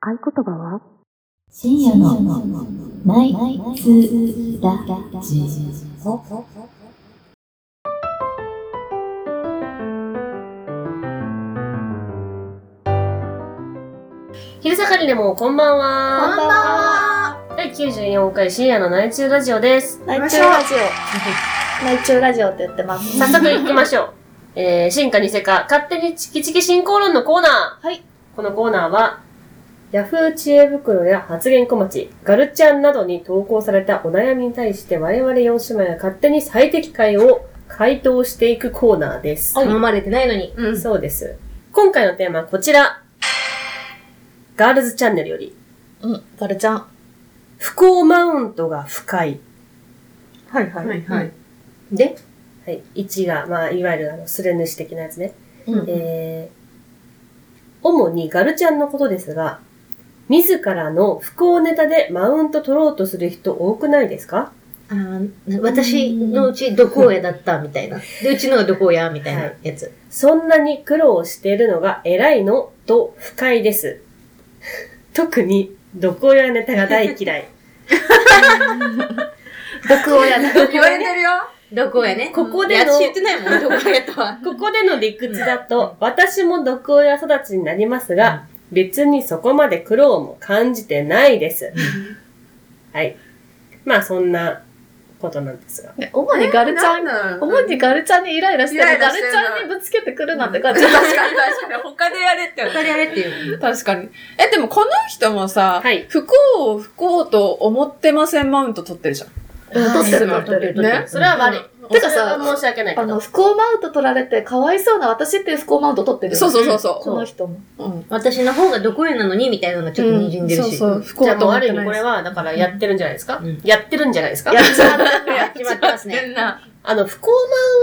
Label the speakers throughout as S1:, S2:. S1: 合言葉は
S2: 深夜のナイツラジオ。
S3: 昼下がりでもこんばん
S4: こ
S3: は。
S4: んばんは。
S3: 第94回深夜の内中ラジオです。
S4: 内中ラジオ。内中ラジオって言ってます。
S3: 早速行きましょう。 えー、進化にせか、勝手にチキチキ進行論のコーナー。
S4: はい。
S3: このコーナーは、ヤフー知恵袋や発言小町、ガルちゃんなどに投稿されたお悩みに対して我々4姉妹が勝手に最適解を回答していくコーナーです。
S2: 頼まれてないのに。
S4: うん。
S3: そうです。今回のテーマはこちら。ガールズチャンネルより、
S4: うん。ガルちゃん。
S3: 不幸マウントが深い。
S4: はいは
S2: はいはい。
S3: で、はい、1が、まあ、いわゆるあの、スレヌシ的なやつね。
S4: うん
S3: えー、主にガルちゃんのことですが、自らの不幸ネタでマウント取ろうとする人多くないですか
S2: あー私のうちどこやだったみたいな。で、うちのはどこやみたいなやつ。
S3: そんなに苦労しているのが偉いのと不快です。特に、どこやネタが大嫌い。
S2: 僕親だ。
S4: 言われてるよ。
S2: どこやね。
S3: ここで
S2: いや
S3: の
S2: 私言ってないもん、どこやとは。
S3: ここでの理屈だと、私も毒親育ちになりますが、別にそこまで苦労も感じてないです。はい。まあ、そんなことなんですが。
S4: 主にガルちゃん、
S5: なん
S4: 主にガルちゃんにイライラしてる。
S5: イライ
S4: ガ
S5: ラ
S4: ルち
S5: してる
S4: ゃんにぶつけてくるなんて感じ。確 かに確かに。他でやれって
S2: 他でやれっていう。
S5: 確かに。え、でもこの人もさ、
S3: はい
S5: 不幸を不幸と思ってませんマウント取ってるじゃん。
S4: うん、取ってる取ってる。
S5: ね
S3: それは悪い。
S4: てかさ
S3: それは申し訳ない
S4: あ
S3: け
S4: の、
S3: ど。
S4: 不幸マウント取られて、かわいそうな私っていう不幸マウント取ってるよね。
S5: そうそうそうそ
S4: この人も。
S5: う。うん。
S2: 私の方がどこやなのにみたいなのがちょっと滲んでる
S5: そう
S2: し。
S5: そう、不幸
S3: じゃあ、とある
S5: 守
S3: 意
S5: っ
S3: 味
S5: て
S3: こ
S5: ない
S3: れは、だからやってるんじゃないですか
S2: うん
S3: やってるんじゃないですか
S4: やっちゃう。
S2: やっちまってますね。
S5: な。
S3: あの、不幸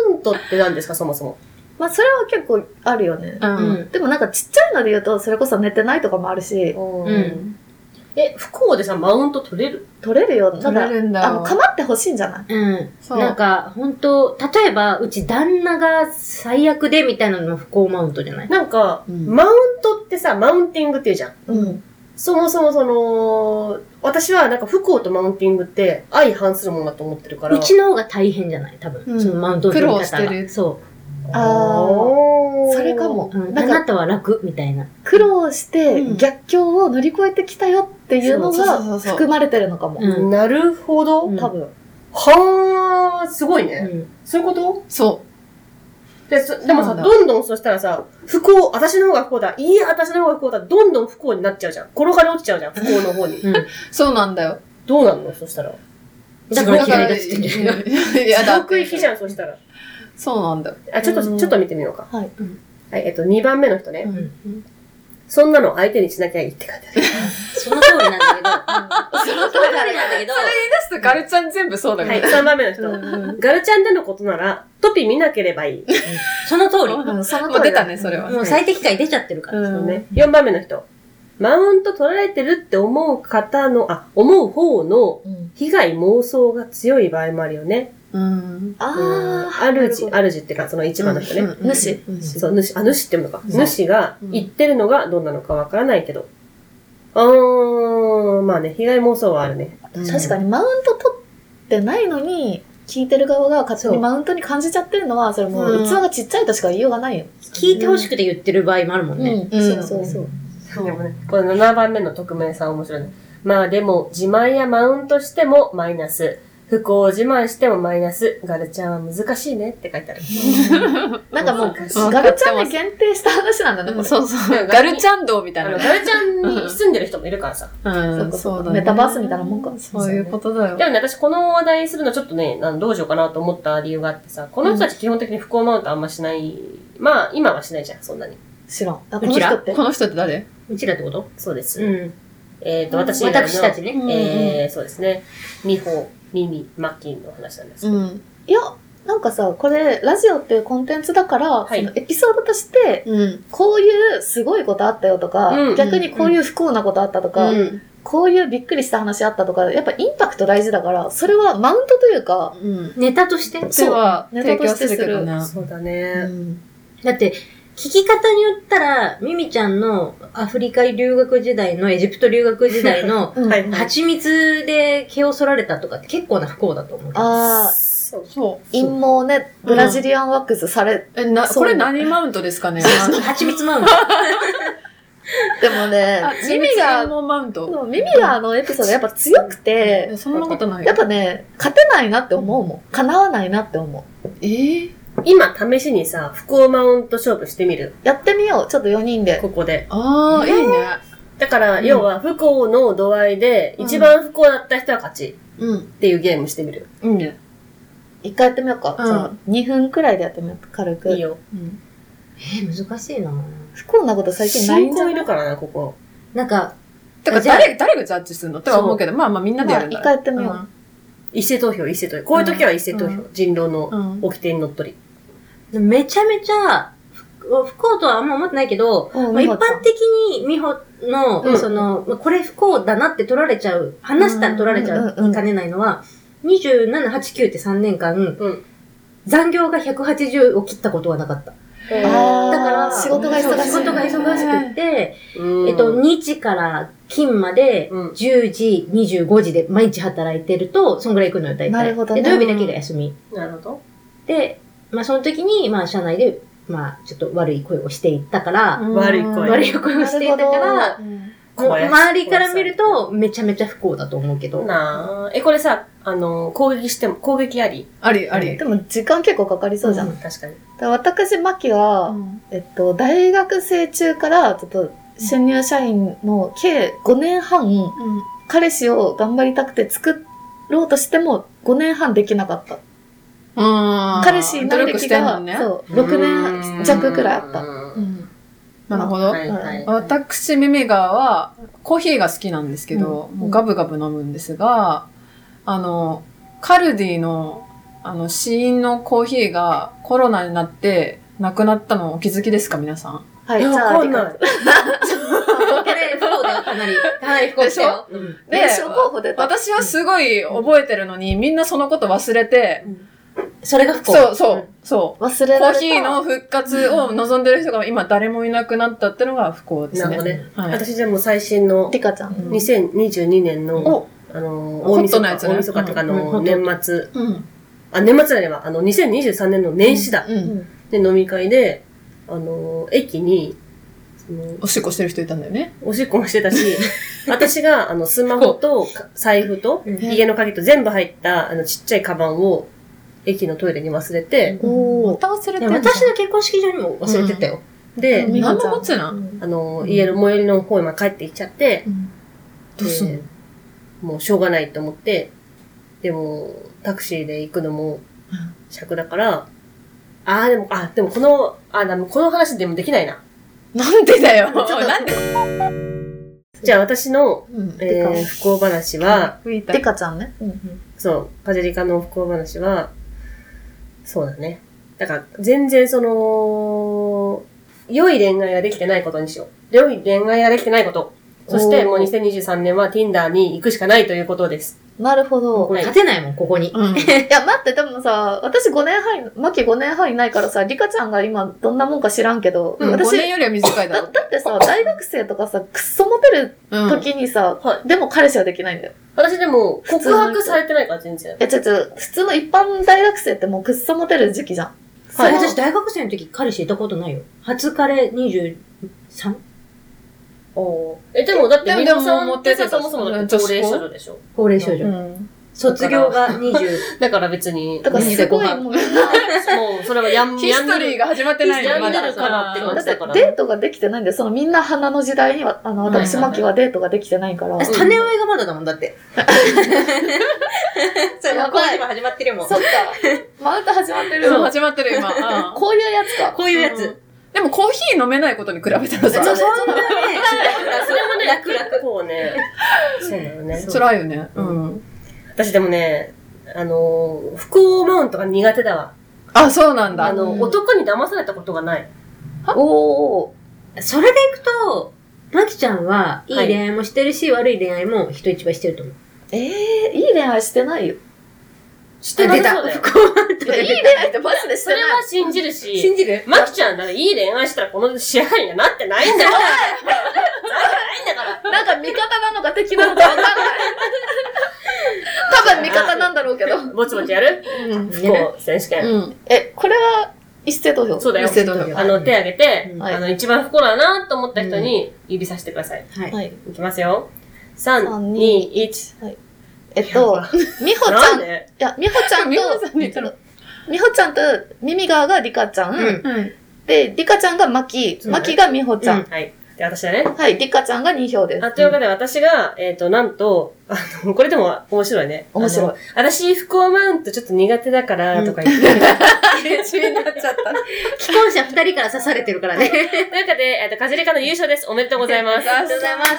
S3: マウントって何ですか、そもそも。
S4: まあ、それは結構あるよね。
S5: う。
S2: うんん。
S4: でもなんかちっちゃいので言うと、それこそ寝てないとかもあるし、
S2: ん
S3: え、不幸でさ、マウント取れる
S4: 取れるよ。た
S5: 取れ
S4: だ、
S5: るんだ。
S4: あの、構ってほしいんじゃない
S2: うん。
S5: そう
S2: なんか、本当例えば、うち旦那が最悪でみたいなのも不幸マウントじゃない
S3: なんか、
S2: うん
S3: マウントってさ、マウンティングって言うじゃん。
S4: うん。
S3: そもそもその、私はなんか不幸とマウンティングって相反するものだと思ってるから。
S2: うちの方が大変じゃない多分、
S5: うん
S2: そのマウントの取り方が。
S5: 苦労してる
S2: そ
S4: あー
S3: おー
S4: それか。も
S2: う。う。ん、あ
S4: なんか
S2: なたは楽みたいな。
S4: 苦労して
S5: うん
S4: 逆境を乗り越えてきたよっていうの
S5: そうそうそ
S4: が
S5: うそう
S4: 含まれてるのかも
S2: う。ん。
S3: なるほど。
S2: うん
S4: 多分。
S3: はー、すごいね。
S2: うん
S3: そういうこと
S5: そ
S3: でそでも
S5: そ
S3: さ、
S5: うなんだ
S3: どんどんそしたらさ、不幸、私の方が不幸だ、いいや、私の方が不幸だ、どんどん不幸になっちゃうじゃん。転がり落ちちゃうじゃん、不幸の方に。
S2: うん
S5: う。そうなんだよ。
S3: どうなんのそしたら。
S2: だから
S5: だ
S2: 嫌い
S5: か
S2: だっ
S5: ら
S2: つってんじゃん
S5: いや、だ
S3: 地
S5: っ
S3: 獄
S5: て
S3: 行きじゃん、そしたら。
S5: そうなんだよ。
S3: あ、ちょっ
S4: う
S3: と、
S4: ん
S3: ちょっと見てみようか。
S4: はい。
S3: はい、えっと、2番目の人ね。
S5: うん
S3: そんなの相手にしなきゃいいって書いてある。
S2: その通りなん だけど。その通りなんだけど。
S5: 出すとガルちゃん全部そうだ
S3: は
S5: か
S3: い、
S5: ら。
S3: 3番目の人。
S4: う
S3: ガルちゃんでのことなら、トピ見なければいい。
S2: その通り。も
S4: ん、その
S5: も
S4: 通
S5: う
S4: り
S5: 出
S4: だ
S5: たね、それは。
S2: う最適解出ちゃってるから。
S5: うん
S3: ね、4番目の人。マウント取られてるって思う方の、あ、思う方の
S4: うん
S3: 被害妄想が強い場合もあるよね。
S5: うん。
S3: うん
S4: あー。
S3: あるじ、
S4: なる
S3: あるじっていうか、その1番の人ね。
S5: うん
S4: 主。
S5: うん
S3: そう、主、あ、主っていうのか。
S5: そう
S3: 主が
S5: うん
S3: 言ってるのがどんなのかわからないけど。あー、まあね、被害妄想はあるね。
S4: ほど確かにマウント取ってないのに、聞いてる側が勝手にマウントに感じちゃってるのは、それもう
S5: うん
S4: 器がちっちゃいとしか言いようがないよ。
S2: 聞いてほしくて言ってる場合もあるもんね。
S4: うん、そうそうそう。
S3: でもね、この7番目の匿名さん面白いね。まあでも、自慢やマウントしてもマイナス。不幸を自慢してもマイナス。ガルちゃんは難しいねって書いてある。
S4: なんかも
S3: 難し
S5: い
S4: ガルちゃんに限定した話なんだね、これ
S5: そうそう。ガルちゃん道みた
S3: あ
S5: い
S3: の、
S5: な。
S3: ガルちゃんに住んでる人もいるからさ。
S5: う
S4: そ
S5: ん
S4: うか
S5: そ
S4: そうう
S5: だ
S4: か
S5: ね。
S4: メタバースみたいなもんか
S5: そういうことだよ
S3: で。もね、私この話題するのちょっとね、あのどうしようかなと思った理由があってさ、この人たち基本的に不幸マウントあんましない。まあ、今はしないじゃん、そんなに。
S4: 知らん。あ、こ
S2: う
S4: の
S2: ちら
S4: 人って
S5: こ。の人って誰
S2: うちらってこと
S3: そうです。
S2: うん。
S3: えっ、と、私以外の、
S2: 私たちね。
S3: えー、そうですね。美穂、ミミ、マッキンの話なんですけど。
S5: ん。
S4: いや、なんかさ、これ、ラジオっていうコンテンツだから、
S3: はい
S4: そのエピソードとして、
S5: うん。
S4: こういうすごいことあったよとか、
S3: うん
S4: 逆にこういう不幸なことあったとか、
S5: うん。
S4: こういうびっくりした話あったとか、やっぱインパクト大事だから、それはマウントというか、
S5: うん。
S2: ネタとして
S5: そは
S4: そう、
S5: 提供するけどな。
S3: そうだね。
S5: ん。
S2: だって、昨聞き方によったら、ミミちゃんのアフリカ留学時代の、エジプト留学時代の
S4: うん
S3: はい
S2: 蜂蜜で毛を剃られたとかって結構な不幸だと思うけど。
S4: ああ、
S3: そう
S5: そう。
S4: 陰謀ね、ブラジリアンワックスされ、
S5: え、な、
S4: そう
S5: これ何マウントですかね
S2: 蜂蜜マウン
S4: でもね
S5: あ、、
S4: ミ
S5: 耳
S4: ミ
S5: が。
S4: が、で
S5: 専門マウント。
S4: もミミがあのエピソードやっぱ強くて、
S5: そんなことない
S4: やっ。ぱね、勝てないなって思うもん。叶わないなって思う。
S5: えー
S3: 今、試しにさ、不幸マウント勝負してみる。
S4: やってみよう、ちょっと4人で。
S3: ここで。
S5: ああ、いいね。
S3: だから、
S5: うん
S3: 要は、不幸の度合いで、
S5: うん
S3: 一番不幸だった人は勝ち。
S5: うん。
S3: っていうゲームしてみる。
S5: いいね。
S4: 一回やってみようか。
S5: うん
S4: じゃあ、2分くらいでやってみようか、軽く。
S3: いいよ。
S5: うん
S2: えー、難しいな
S4: 不幸なこと最近ない
S3: 新
S4: んじゃ
S3: 婚
S4: ない
S3: いるからな、ここ。
S2: なんか、
S5: てか、
S2: じゃあ
S5: 誰、誰がジャッジするのって思うけど、まあまあみんなで
S4: ま
S5: や
S4: あ
S5: るんだ。
S4: 一回やってみよう。
S3: 一斉投票、一斉投票。こういう時は一斉投票。人狼の
S5: うん。うん。
S3: 掟にのっとり。
S2: めちゃめちゃ、不不幸とはあんま思ってないけど、
S4: うん
S2: まあ一
S4: よかった
S2: 般的に美穂の、
S3: うん
S2: その、まあこれ不幸だなって取られちゃう、話したら取られちゃ
S4: うんうんう
S2: うんかねないのは、27、8、9って3年間、
S3: ん
S2: 残業が180を切ったことはなかった。
S4: あー
S2: だから、
S4: 仕事が忙しい
S2: そう仕事が忙しくて、
S3: うん
S2: えっと、2時から勤まで、
S3: うん
S2: 10時、25時で毎日働いてると、そんぐらい行くのよ、大体。
S4: なるほどね
S2: で、土曜日だけが休み。
S3: なるほど。
S2: で、まあ、その時に、まあ、社内で、まあ、ちょっと悪い声をしていったから、
S3: 悪い声
S2: 悪い声をしていたか
S4: な
S2: ら、
S5: うん
S2: もう
S3: 小林
S2: 周りから見ると、めちゃめちゃ不幸だと思うけど。
S3: なあ。え、これさ、あの、攻撃しても、攻撃あり
S5: あり、あり。
S4: でも時間結構かかりそうじゃん。
S2: うん
S4: だ
S3: 確かに。
S4: から私、マキは、
S5: うん
S4: えっと、大学生中から、ちょっと、新入社員の計5年半、彼氏を頑張りたくて作ろうとしても、5年半できなかった。
S5: うん。
S4: 彼氏にな
S5: 努
S4: る
S5: 力し
S4: 歴
S5: てん
S4: が、
S5: のね。
S4: そう、6年弱くらいあった。
S3: た
S5: うんなるほど。
S3: はいはい。
S5: 私、ミミガーは、コーヒーが好きなんですけど、
S4: うん
S5: もうガブガブ飲むんですが、あの、カルディの、あの、死因のコーヒーがコロナになって、亡くなったのお気づきですか、皆さん。
S4: はい、
S3: い
S4: じ
S3: や、
S4: ゃあ、
S3: わかんない。
S2: これ、不幸だよ、かなり。かなり不幸だよ。うん
S4: で、小候補出た。
S5: 私はすごい覚えてるのに、みんなそのこと忘れて、
S2: それが不幸。
S5: そう、そう、そう。
S4: 忘れ
S5: コ
S4: られた。
S5: ーヒーの復活を望んでる人が今誰もいなくなったってのが不幸です
S3: なる
S5: ね
S3: ほど。ね。
S5: はい
S3: 私じゃあもう最新の
S4: リカちゃん。
S2: うん
S3: 2022年の
S5: お、
S3: あの、
S5: ホ
S3: 大
S5: ッ
S3: 晦
S5: ト
S3: 日
S5: なやつね
S3: 大晦日とか
S2: うんうんホ
S3: の
S2: ット
S3: 年末、
S5: うん。
S3: あ、年末じゃないわ、あの、2023年の年始だ。
S5: う。
S4: うんん
S3: で、飲み会で、あの、駅に、その
S5: おしっこしてる人いたんだよね。
S3: おしっこもしてたし、私が、あの、スマホと、か財布と、
S2: うん
S3: 家の鍵と全部入った、あの、ちっちゃいカバンを、駅のトイレに忘れて、
S4: お
S5: また忘れ
S2: い
S5: て
S2: や
S5: んじゃん
S2: 私の結婚式場にも忘れてたよ。
S3: で、
S4: うん
S5: 何も持つな。
S4: ー。
S3: あの、
S5: うん
S3: 家の最寄りの方に今帰って行っちゃって、
S5: どうすんの
S3: でもうしょうがないと思って、でも、タクシーで行くのも
S5: うん、
S3: 尺だから、ああ、でも、あ、でもこの、あ、でもこの話でもできないな。
S5: なんでだよ。
S4: ちょっと
S5: なんで。
S3: じゃあ私の、
S5: うん
S3: えー、不幸話は、
S4: リカちゃんね。うん
S3: そう、カジェリカの不幸話は、そうだね。だから、全然その、良い恋愛ができてないことにしよう。良い恋愛ができてないこと。そして、もう2023年は Tinder に行くしかないということです。
S4: なるほど。
S3: はい
S2: 勝てないもん、ここに。
S5: う
S4: い
S5: ん
S4: や、待って、でもさ、私5年半い、マキ5年半いないからさ、リカちゃんが今どんなもんか知らんけど、
S5: うん。5
S4: 私、
S5: 年よりは短いだ
S4: だ
S5: ろ
S4: だってさ、大学生とかさ、くっそモテる
S5: うん。
S4: 時にさ、
S3: は
S4: でも彼氏はできないんだよ。
S3: 私でも、
S4: 通
S3: 告
S4: の人
S3: 白されてないから全然。
S4: え、ちょちょ、普通の一般大学生ってもうくっそモテる時期じゃん。
S2: そ
S3: は
S2: れ
S3: い
S2: 私大学生の時彼氏いたことないよ。初彼 23?
S3: おーえ、でもだって、
S5: でも
S3: み
S5: で
S3: の
S5: も
S3: さんってさ、
S5: も
S3: そうもそもだ
S5: う
S3: っ
S5: ん
S3: て高齢者女でしょ。
S2: 高齢少女。
S5: うん
S2: 卒業が20。
S3: だから別に、
S4: だから
S2: 二
S4: す
S2: 十五
S4: ごい
S2: 半
S4: もうみんな、
S3: もう、それはやん、
S5: ヒストリーが始まってない
S3: や
S5: の
S3: んで
S5: ま
S3: る
S5: だ。
S3: からって感
S4: だ
S3: じ
S4: って
S3: だから。
S4: デートができてないんだよ。そのみんな花の時代には、あの、私、
S5: うん
S4: マキはデートができてないから。
S2: 私、種植えがまだだもんだって。それ、
S4: や
S2: 工
S4: ばい
S2: 事も始まってるもん
S4: そ。っか。マウント始まってる。
S5: うん始まってる今。うん
S4: こういうやつか。
S2: こういうやつ。
S5: うんでもコーヒー飲めないことに比べたら
S2: そう、
S5: さ、
S2: そんなね、
S3: それもね、
S2: 楽々。
S3: 結構ね、そうなのね。
S5: 辛いよね。う。
S3: うん私でもね、あのー、不幸マウントが苦手だわ。
S5: あ、そうなん
S3: あ
S5: だ。
S3: の、
S4: うん
S3: 男に騙されたことがない。
S4: おー。
S2: それでいくと、まきちゃんは、いい
S3: はい
S2: 恋愛 もしてるし、悪い恋愛も人一倍してると思う。
S4: ええいい恋愛してないよ。
S3: してなさそうだよ。
S2: 不幸
S4: いやいい恋愛ってマジでして
S3: それ
S4: ない。
S3: は信じるし、
S4: 信じる
S3: まきちゃんならいい恋愛したらこの仕上がりにはなってないん だよ。
S4: なんか味方なのか敵なのかわかん ない。多分味方なんだろうけど。
S3: ぼちぼちやる
S5: うん。
S3: 不幸選手権。
S5: うん。
S4: え、これは一斉投票。
S3: そうだよ
S5: 見。せとけば
S3: あの、手挙げて、
S4: はい
S3: あの、一番不幸だなと思った人に指さしてください。
S2: はい。
S4: はい。
S3: いきますよ。3、
S4: 三
S3: 2、
S4: 二
S3: 1。
S4: えっと、美穂ち
S3: な
S4: ゃ
S3: ん
S4: ん、い
S3: で
S4: や、美穂ちゃん
S5: 美穂さんに言った
S4: と、美穂ちゃんと、ミミガーがリカちゃん、
S2: うん。
S5: うん。
S4: で、リカちゃんがマキ、
S2: うね
S4: マキが美穂ちゃん。
S3: はい。で、私だね。
S4: はい、リカちゃんが2票です。
S3: あ、というわけで私が、えっ、と、なんと、あの、これでも面白いね。
S4: 面白い
S3: あの。私、不幸マウントちょっと苦手だから、とか言って。
S4: になっちゃった。
S2: 既婚者二人から刺されてるからね。あ り
S3: というわけで、えっ、と、カジリカの優勝です。おめでとうござ います。
S2: がとうございます。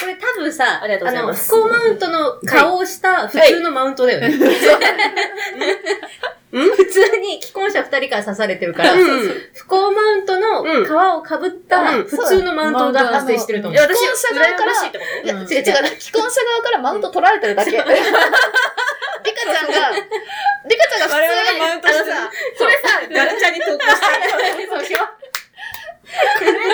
S2: これ多分さ、
S3: ありがとうござい
S2: の、
S3: ま
S2: 不
S3: す
S2: 幸マウントの顔をした普通のマウントだよね。 うん普通に既婚者二人から刺されてるから、
S3: う
S2: 不幸マウントの皮をかぶった
S3: うん
S2: 普通のマウントが発生してると
S3: ん。い
S2: 思
S3: や、
S2: う。
S3: 私、
S4: 既婚者側
S3: 羨
S4: から
S3: ましいってこ
S4: いや、違
S5: う
S4: うん違う。既婚者側からマウント取られてるだけ。リカちゃんが、リカちゃんが普通に、
S5: 我々がマウントしてる
S4: あのさ
S3: とこれさ、ガルチャに投稿して る。そうしよう。これ、これが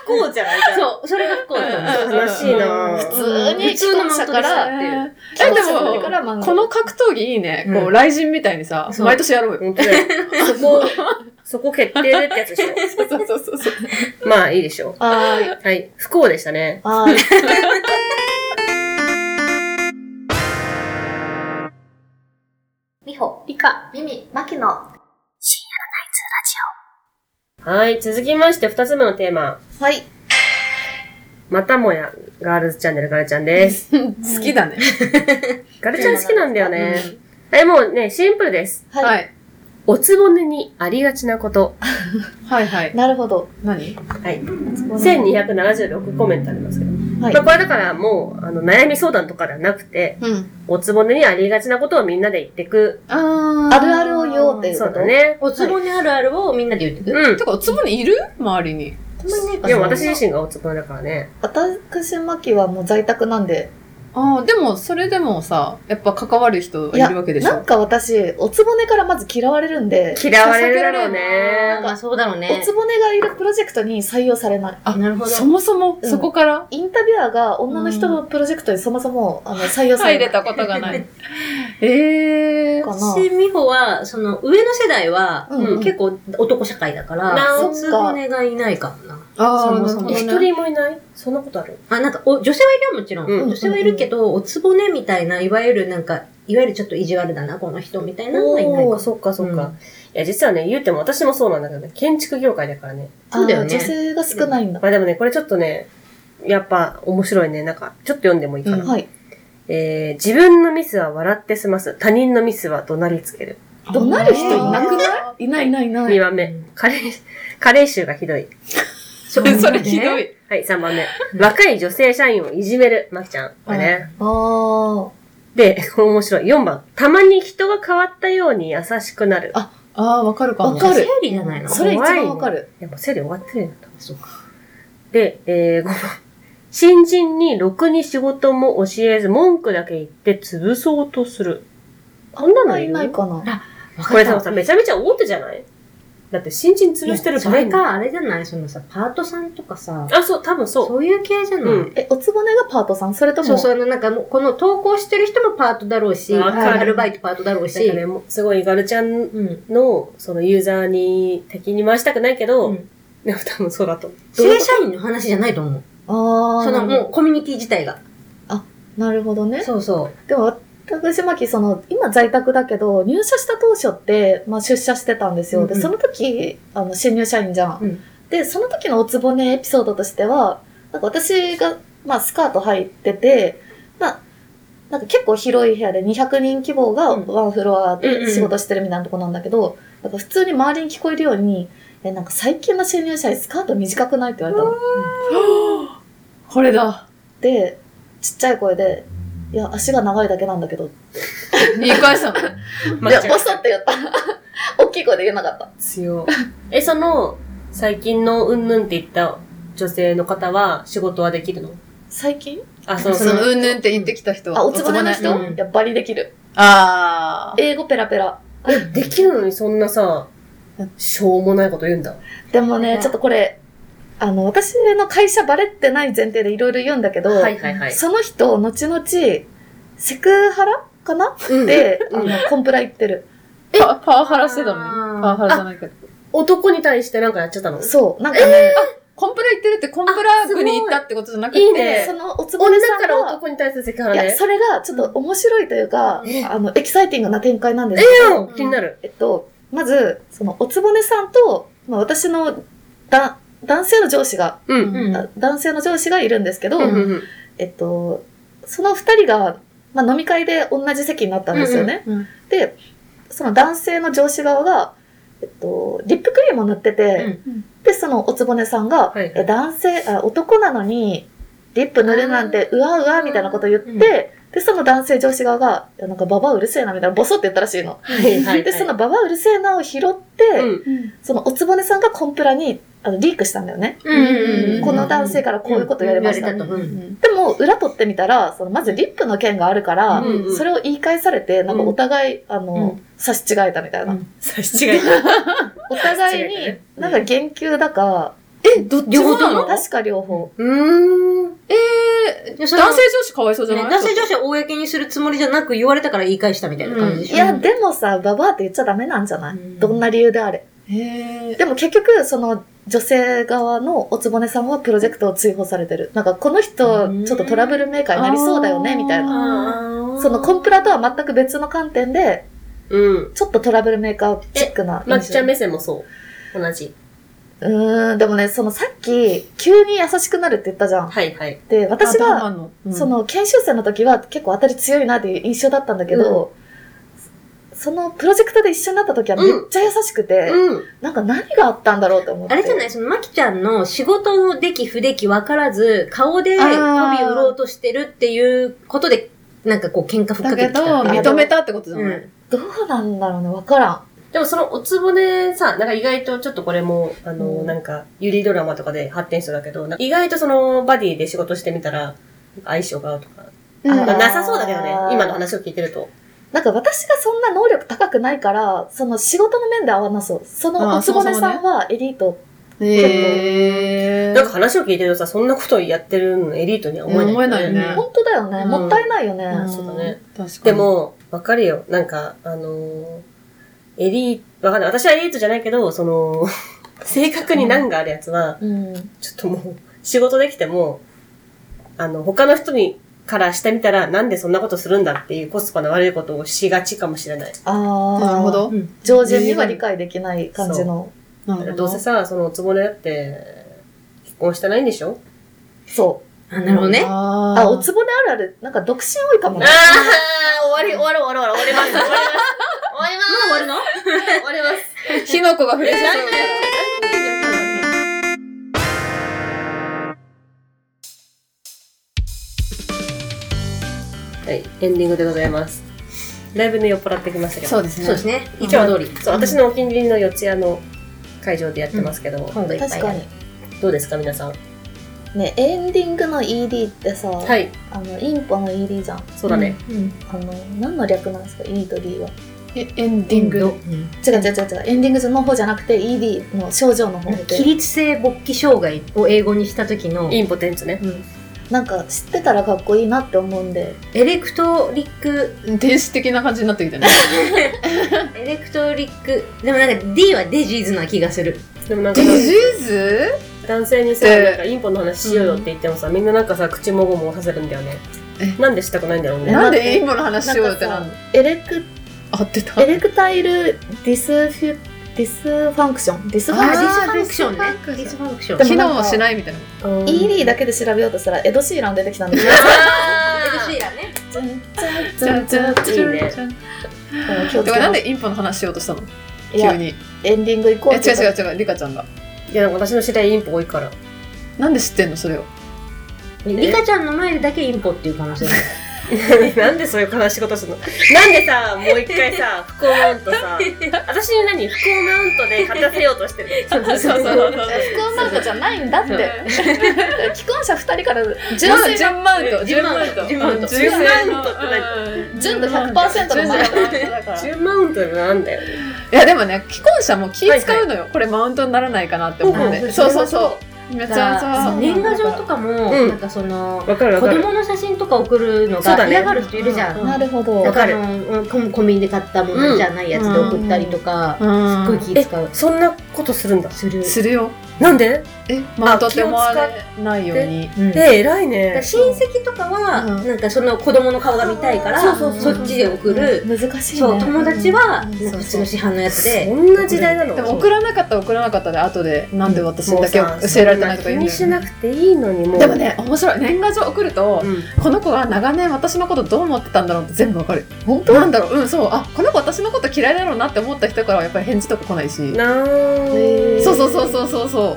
S3: 不幸じゃないじゃん。
S2: そう、それが不幸だと思う。
S5: うん
S3: 悲しいなぁ
S4: 普通に既婚者から、
S5: え
S4: 既婚
S5: で
S4: 者側からマウン
S5: も、
S4: ト
S5: この格闘技いいね。こ
S2: う
S5: う、雷神みたいにさ、
S2: そう
S5: 毎年やろうよ。
S3: 本当だよ。そこ、 そこ決定でってやつでし
S5: そうそうそうそう。
S3: ょ。まあ、いいでしょ
S4: あー
S3: う。はい。不幸でしたね。
S4: あー
S2: 美穂、
S4: リカ、ミミ、マキの。
S3: はい。続きまして、二つ目のテーマ。
S4: はい。
S3: またもや、ガールズチャンネルガルちゃんです。
S5: 好きだね。
S3: ガルちゃん好きなんだよね。
S5: うん
S3: はい、もうね、シンプルです。
S4: は。
S5: はいい。
S3: おつぼねにありがちなこと。
S5: はいはい。
S4: なるほど。
S5: 何
S3: はい。1276コメントありますけど。
S4: はい
S3: まあ、これだからもう、あの、悩み相談とかではなくて、
S4: うん。
S3: おつぼねにありがちなことをみんなで言ってく。
S5: あ
S4: あるあるを言おうっていうこと。
S3: そうだ。ね。
S2: おつぼねあるあるをみんなで言ってくる。
S3: うん
S5: て。か、おつぼにいる周りに。
S4: たまになんか
S3: でも
S4: その
S3: 私自身がおつぼねだからね。
S4: 私、マキはもう在宅なんで。
S5: ああ、でも、それでもさ、やっぱ関わる人が
S4: い
S5: い
S4: や、
S5: るわけでし
S4: な
S5: ょ
S4: ん。か私、おつぼねからまず嫌われるんで、
S3: 嫌われるだろう
S2: なん
S3: ね。
S2: かそうだろう
S4: お
S2: ね
S4: つ。ぼねがいるプロジェクトに採用されない。
S5: あ
S2: なるほど
S5: そもそも、
S4: うん
S5: そこから
S4: インタビュアーが女の人のプロジェクトにそもそも、あの採用されな
S5: 入
S4: い。
S5: れたことがない。 ええ
S4: かな。
S2: 私、美穂は、その、上の世代は、
S4: うん
S3: うん
S2: 結構男社会だから、
S3: な
S2: お
S4: お
S2: つぼねがいないかもな。
S5: あ
S2: そ
S5: あ、
S2: も
S5: な
S2: そ
S5: る
S2: も
S5: ほ
S3: え
S5: ど
S3: 一
S5: ね。
S3: 人もいないそんなことある
S2: あ、なんか、お、女性はいるよ、もちろん。
S3: うん
S2: 女性はいるけど、おつぼねみたいな、いわゆるなんか、いわゆるちょっと意地悪だな、この人みたいなのはいない
S3: お
S2: か
S3: ー、そっ かそっか。
S2: うん
S3: いや、実はね、言うても私もそうなんだけどね、建築業界だからね。
S2: そうだよね
S4: あー女性が少ないんだ。
S3: まあでもね、これちょっとね、やっぱ面白いね。なんか、ちょっと読んでもいいかな。
S2: うん
S4: はい。
S3: えー、自分のミスは笑って済ます。他人のミスは怒鳴りつける。
S4: 怒鳴る人いなく
S5: ない
S4: ないいないいな
S3: 2
S4: い。
S3: 番目、カレー、カレー臭がひどい。
S2: そ
S5: それひどい。
S3: はい、3番目、 若い女性社員をいじめる。まきちゃん。これね。
S4: あー。
S3: で、これ面白い。4番、たまに人が変わったように優しくなる。
S5: ああ、わかるかも。
S4: わかる
S2: 生理じゃないの
S4: それ一番わかる。
S3: いや、もう整理終わってるよ。
S2: そうか。
S3: で、えー、5番、新人にろくに仕事も教えず、文句だけ言って潰そうとする。あんなの
S4: ないい
S3: る
S4: ないかな。
S2: わ
S3: こ
S2: か
S3: れ
S2: っ
S3: でも
S2: た。
S3: さ、めちゃめちゃ大手じゃないだって新人
S2: いや
S3: 潰してる
S2: そ
S3: 場合
S2: れ。か、あれじゃないそのさ、パートさんとかさ、
S3: あ、そう、多分そう。
S2: そういう系じゃない、
S3: うん
S4: え、おつぼねがパートさんそれとも、
S2: そうそう、あのなんかもう、この投稿してる人もパートだろうし、
S3: わか
S4: る
S2: アルバイトパートだろう
S3: なん
S2: し、
S3: かね、もうすごいガルちゃん
S2: うん。
S3: の、そのユーザーに敵に回したくないけど、
S2: うん
S3: でも多分そうだと思う。
S2: 正社員の話じゃないと思う。
S4: あー。
S2: そのもうコミュニティ自体が。
S4: なるほどね。
S2: そうそう。
S4: でも私、まき、その、今在宅だけど、入社した当初って、まあ出社してたんですよ。
S2: うんう
S4: で、
S2: ん
S4: その時、あの、新入社員じゃん。
S2: うん
S4: で、その時のおつぼねエピソードとしては、なんか私が、まあスカート入ってて、まあ、なんか結構広い部屋で200人規模が
S3: うん
S4: ワンフロア
S3: うんうん
S4: で仕事してるみたいなとこなんだけど、なんか普通に周りに聞こえるように、え、なんか最近の新入社員スカート短くないって言われたの。
S5: これだ。
S4: で、ちっちゃい声で、いや、足が長いだけなんだけど
S5: 言い返したのね。
S4: いや、
S3: 間違え
S4: ボソって言った。 大きい声で言えなかった。
S3: 強い。え、その、最近のうんぬんって言った女性の方は仕事はできるの
S4: 最近
S3: あ、その、
S5: そ
S3: そ
S5: の、
S3: の、
S5: うんぬんって言ってきた人は。
S4: あ、おつぼねの人
S2: おつぼね
S4: やっぱりできる。
S5: ああ。
S4: 英語ペラペラ。
S3: え、できるのにそんなさ、しょうもないこと言うんだ。
S4: でもね、
S2: うん
S4: ちょっとこれ、あの、私の会社バレてない前提でいろいろ言うんだけど、
S3: はいはいはい。
S4: その人、後々、セクハラかな
S3: うん
S4: で、あ
S3: うん
S4: の、コンプラ行ってる。
S5: パパワハラしてたの
S2: あー
S5: に。パワハラじゃないけど。
S3: 男に対してなんかやっちゃったの
S4: そう、なんかね、
S5: コンプラ行ってるってコンプラ部に行ったってことじゃなくて。
S3: あすごいいいね
S4: そのおつぼね
S3: 女
S4: さん
S3: から
S4: が、
S3: 男に対するセクハ
S4: い
S3: ラ
S4: や、
S3: ね。
S4: それがちょっと面白いというか、
S2: うん
S4: あの、エキサイティングな展開なんですけど、
S3: 気になる。
S4: えっと、まず、その、おつぼねさんと、まあ、私のだ、男性の上司が、
S3: うん
S5: うん
S4: あ男性の上司がいるんですけど、
S3: うんうんうん
S4: えっと、その二人が、まあ、飲み会で同じ席になったんですよね。
S5: うんうんうん
S4: で、その男性の上司側が、えっと、リップクリームを塗ってて、
S5: うん
S4: で、そのおつぼねさんが、
S3: はい
S4: え男性あ、男なのに、リップ塗るなんて、うわうわみたいなこと言って、
S2: うん
S4: で、その男性上司側が、いやなんかババアうるせえなみたいな、ボソって言ったらしいの。
S3: はいはい。
S4: で、そのババアうるせえなを拾って、
S3: うん
S4: そのおつぼねさんがコンプラにあのリークしたんだよね。
S2: うんうんうん
S4: この男性からこういうことやりました
S2: うん言われたとうん
S4: でも、裏取ってみたら、そのまずリップの件があるから、
S3: うんうん
S4: それを言い返されて、なんかお互い、あの、差し違えたみたいな。
S2: うん
S3: 差し違えた。
S4: お互い
S3: 差し違
S4: に
S3: え、たね
S4: なんか言及だか、
S5: え、どっちもなの
S4: 確か両方。
S2: うーん。
S5: えー、
S2: で
S5: 男
S2: そ
S5: 性
S2: れは
S5: 上司かわいそうじゃない、
S2: ね男性上司は公にするつもりじゃなく言われたから言い返したみたいな感じでし
S4: い
S2: ょ。
S4: や、でもさ、ババアって言っちゃダメなんじゃない、
S2: うん
S4: どんな理由であれ。
S5: え
S4: でも結局、その、女性側のおつぼねさんはプロジェクトを追放されてる。なんか、この人、ちょっとトラブルメーカーになりそうだよね、みたいな。そのコンプラとは全く別の観点で、
S3: うん。
S4: ちょっとトラブルメーカーチックな印象。
S3: まっちゃん目線もそう。同じ。
S4: うーん、でもね、そのさっき、急に優しくなるって言ったじゃん。
S3: はいはい。
S4: で、私
S5: あ
S4: が、
S5: どうなのうん
S4: その研修生の時は結構当たり強いなっていう印象だったんだけど、そのプロジェクトで一緒になった時はめっちゃ優しくて、
S2: うん。
S4: なんか何があったんだろうと思って。
S2: あれじゃないその、まきちゃんの仕事の出来不出来分からず、顔で
S5: あ
S2: 媚
S5: ー
S2: び売ろうとしてるっていうことで、なんかこう喧嘩ふっか
S5: だ
S2: け
S5: け
S2: てきた。
S5: ど、認めたってことじゃ
S2: う
S5: ない、
S2: ん。
S4: どうなんだろうね、わからん。
S3: でもそのおつぼねさ、なんか意外とちょっとこれも、あの、
S4: うん
S3: なんか、ゆりドラマとかで発展しそうだけど、なんか意外とそのバディで仕事してみたら、相性が合うとか、
S4: うん
S3: なんかなさそうだけどね
S4: あ、ー
S3: 今の話を聞いてると。
S4: なんか私がそんな能力高くないから、その仕事の面で合わなそう。そのおつぼねさんはエリート。
S5: え
S3: なんか話を聞いてるとさ、そんなことをやってるのエリートには思えない、
S5: 思えないよね
S4: 本当だよね、
S5: うん
S4: もったいないよね。
S5: うん
S3: そうだね。
S5: 確かに。
S3: で、も、わかるよ。なんか、あのーエリート、わかんない。私はエリートじゃないけど、その、 正確に難があるやつは、
S4: うん。
S3: ちょっともう、仕事できても、あの、他の人に、からしてみたら、なんでそんなことするんだっていうコスパの悪いことをしがちかもしれない。
S4: ああ。
S5: なるほ。ど。
S4: 上旬には理解できない感じの。
S5: な
S3: だか
S5: る
S3: ら
S5: ほ
S3: ど
S5: ど。
S3: うせさ、そのおつぼねだって、結婚してないんでしょ
S4: そう。
S2: あ、なるほどね。
S5: あー
S4: あ、おつぼねあるある、なんか独身多いかもね。
S3: 終わり、終わる、終わる、終わります、終わります。終わります。終わるの終わります。
S5: 火の粉が触れちゃうよね。
S3: はい、エンディングでございます。だいぶね、酔っ払ってきましたけど。
S5: そうですね。
S2: そうですね。い
S3: い
S2: つ
S3: つ
S2: も
S3: も
S2: 通
S3: 通
S2: り。
S3: そう、私のお気に入りの四ツ谷の会場でやってますけど、
S2: 今度いっぱい
S4: 確かに。
S3: どうですか、皆さん。
S4: ね、エンディングの ED ってさ、
S3: はい、
S4: あの、インパの ED じゃん。
S3: そうだね。
S2: うん。
S4: あの、何の略なんですか ?E と D は。
S5: えエンディング。
S2: うん
S4: 違う違う違う違う。エンディングの方じゃなくて ED の症状の方
S2: 起
S4: で。
S2: 立性勃起障害を英語にした時の、
S3: インポテンツね。
S2: うん
S4: なんか知ってたらかっこいいなって思うんで。
S2: エレクトリック、
S5: 天使的な感じになってきたね。
S2: エレクトリック、でもなんか D はデジーズな気がする。
S3: でもなん か
S5: デ、 ジーズ
S3: 男性にさ、
S5: で
S3: なんかインポの話しようよって言ってもさ、みんななんかさ、口もごもさせるんだよね
S5: え。
S3: なんでしたくないんだろうね。
S5: なんでインボの話しようよってな
S4: なんん
S5: の
S4: かさエレク、
S5: 合ってた。
S4: エレクタイルディスフィ、ディスファンクション。ディス
S2: あ
S4: ファンクション。
S2: ー、ディスファンクションね。デ
S5: デ
S2: ィ
S5: ィ
S2: ス
S5: ス
S2: ファンクション
S4: で。も
S5: 機能もしないみたいな。
S4: ED だけで調べようとしたら、エド・シーラン出てきたんですよ。
S2: エドシーランね。
S4: 気をつけま
S3: いいね
S5: てかな
S4: す
S5: んでインポの話しようとしたの
S4: いや
S5: 急に。
S4: エンディング行こう
S5: え違
S4: って
S5: う
S4: 言った
S5: 違う違う、リカちゃんが。
S3: いや、私の知り合いインポ多いから。
S5: なんで知ってんのそれを。
S2: リカちゃんの前でだけインポっていう可能性があ
S3: なんでそういう悲しいことするのなんでさ、もう一回さ、不幸の音とさ、 私に何不幸の音とで勝たせようとしてるの
S5: そうそうそう そう。
S4: 不幸マウトじゃないんだって。既婚者二人から純
S5: 純
S4: 粋な、
S5: マウト、純マウト。
S2: 純マウト
S5: 純
S3: 純マウトって
S5: うん
S4: 純度100%のマウトだから。
S3: 10マウントでなんだよ。
S5: いやでもね、既婚者も気使うのよ。これマウントにならないかなって思っ
S2: ほうほ
S5: て。
S2: う
S5: そうそうそう。めっち
S2: だ
S5: ゃ
S2: から
S5: さ、
S2: 年賀状とかも、
S3: うん
S2: なんかその、
S3: わかるわ
S2: 子
S3: かる。
S2: 供の写真とか送るの
S3: そうだ
S2: が
S3: ね
S2: 嫌がる人いるじゃん。
S5: う
S4: なるほど。
S2: だ
S3: わ
S4: う
S2: か
S3: かる
S2: らうんコンコンビニで買ったものじゃないやつで送ったりとか、
S5: うん
S2: すっごい気使う。
S3: そんなことするんだ。
S2: する。
S5: するよ。
S3: なんで
S5: え、マウントって思われないように。
S2: うん
S3: え、偉い
S2: だから
S3: ね。
S2: 親戚とかは、
S5: うん
S2: なんかその子供の顔が見たいから、
S5: そう
S2: そ
S5: そうそう
S2: っちで送る。
S4: ん難しいね。
S2: そう、友達は、
S4: うん
S2: なんか普通の市販のやつ
S3: そ
S2: で、
S3: んな時代なの
S5: でも送らなかったら送らなかったで後でなんで私だけ教えられてな
S3: もう
S5: いとか言うんだ
S3: さそ
S5: よ
S3: んな気にしなくていいのに、もう。
S5: でもね面白い年賀状送ると、
S3: うん、
S5: この子が長年私のことどう思ってたんだろうって全部わかる
S4: 本当
S5: なんだろううんそうあこの子私のこと嫌いだろうなって思った人からはやっぱり返事とか来ないし
S3: な
S4: へー
S3: ー
S5: そうそうそうそうそうそう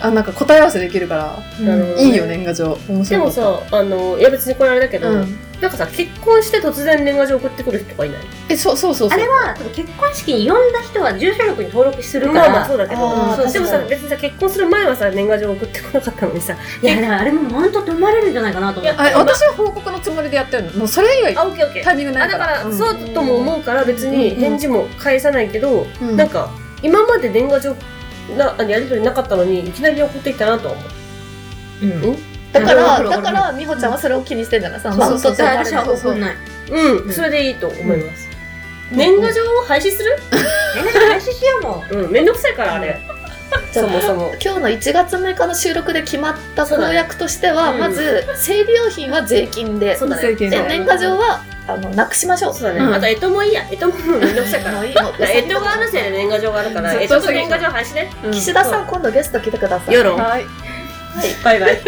S5: あなんか答え合わせできるから
S3: なるほど
S5: いいよ年賀状面
S3: で
S5: 白い
S3: もさあのいや別にこれあれだけど、
S5: うん
S3: なんかさ結婚して突然年賀状送ってくる人とかいない
S5: えそうそうそうそう
S2: あれは、多分結婚式に呼んだ人は住所録に登録するか
S3: まあまあ
S2: ら、
S3: そうだけ
S4: あ
S3: ど
S4: ー
S3: そうでも
S2: 確
S3: さ
S2: かに
S3: 別にさ結婚する前はさ年賀状送ってこなかったのにさ
S2: いや、だからあれもマウントって思われるんじゃないかなと思って。
S5: あれ私は報告のつもりでやってるのもうそれ以外
S3: あオッケーオッケー
S5: タイミングな
S3: あ
S5: い
S3: だ
S5: か
S3: からら、そうとも思うから別
S5: う
S3: に
S5: ん
S3: 返事も返さないけど、
S5: うんうん
S3: なんか今まで年賀状なあやり取りなかったのにいきなり送ってきたなとは思う
S2: うん
S4: だか
S2: う
S4: ら、
S2: ん
S4: だから、美穂ちゃんはそれを気にしてんじゃないその
S5: そう
S4: マ
S5: そ
S4: ウ
S5: う
S4: ントって
S2: じ
S4: 思
S2: ゃあ
S4: われる
S2: 私は送んない。
S3: うん、
S2: うん
S3: それでいいと思います、年
S4: 年
S3: 賀
S4: 賀状
S3: 状を廃止する
S2: え、なんか廃止しようもん。
S3: うんめんどくさいからあれ、そもそも
S4: 今日の1月6日の収録で決まった
S3: そうだ
S4: 公
S3: ね
S4: 約としては、
S3: うん
S4: まず、生理用品は税金で、
S3: そうだね
S5: 政権
S4: で
S5: で
S4: 年賀状は、あの、なくしましょう。
S3: そうだね、
S5: うん
S3: あと干支もいいや干支ももうめんどくさいから
S4: も ういい
S3: だから干支があるせいで年賀状があるから
S5: ず
S3: 干
S5: っ
S3: 支
S5: と
S3: と
S5: そう
S3: 年賀状廃止ね
S5: うん
S4: 岸田さん、今度ゲスト来てください。
S3: 世論
S5: はい
S3: バイバイ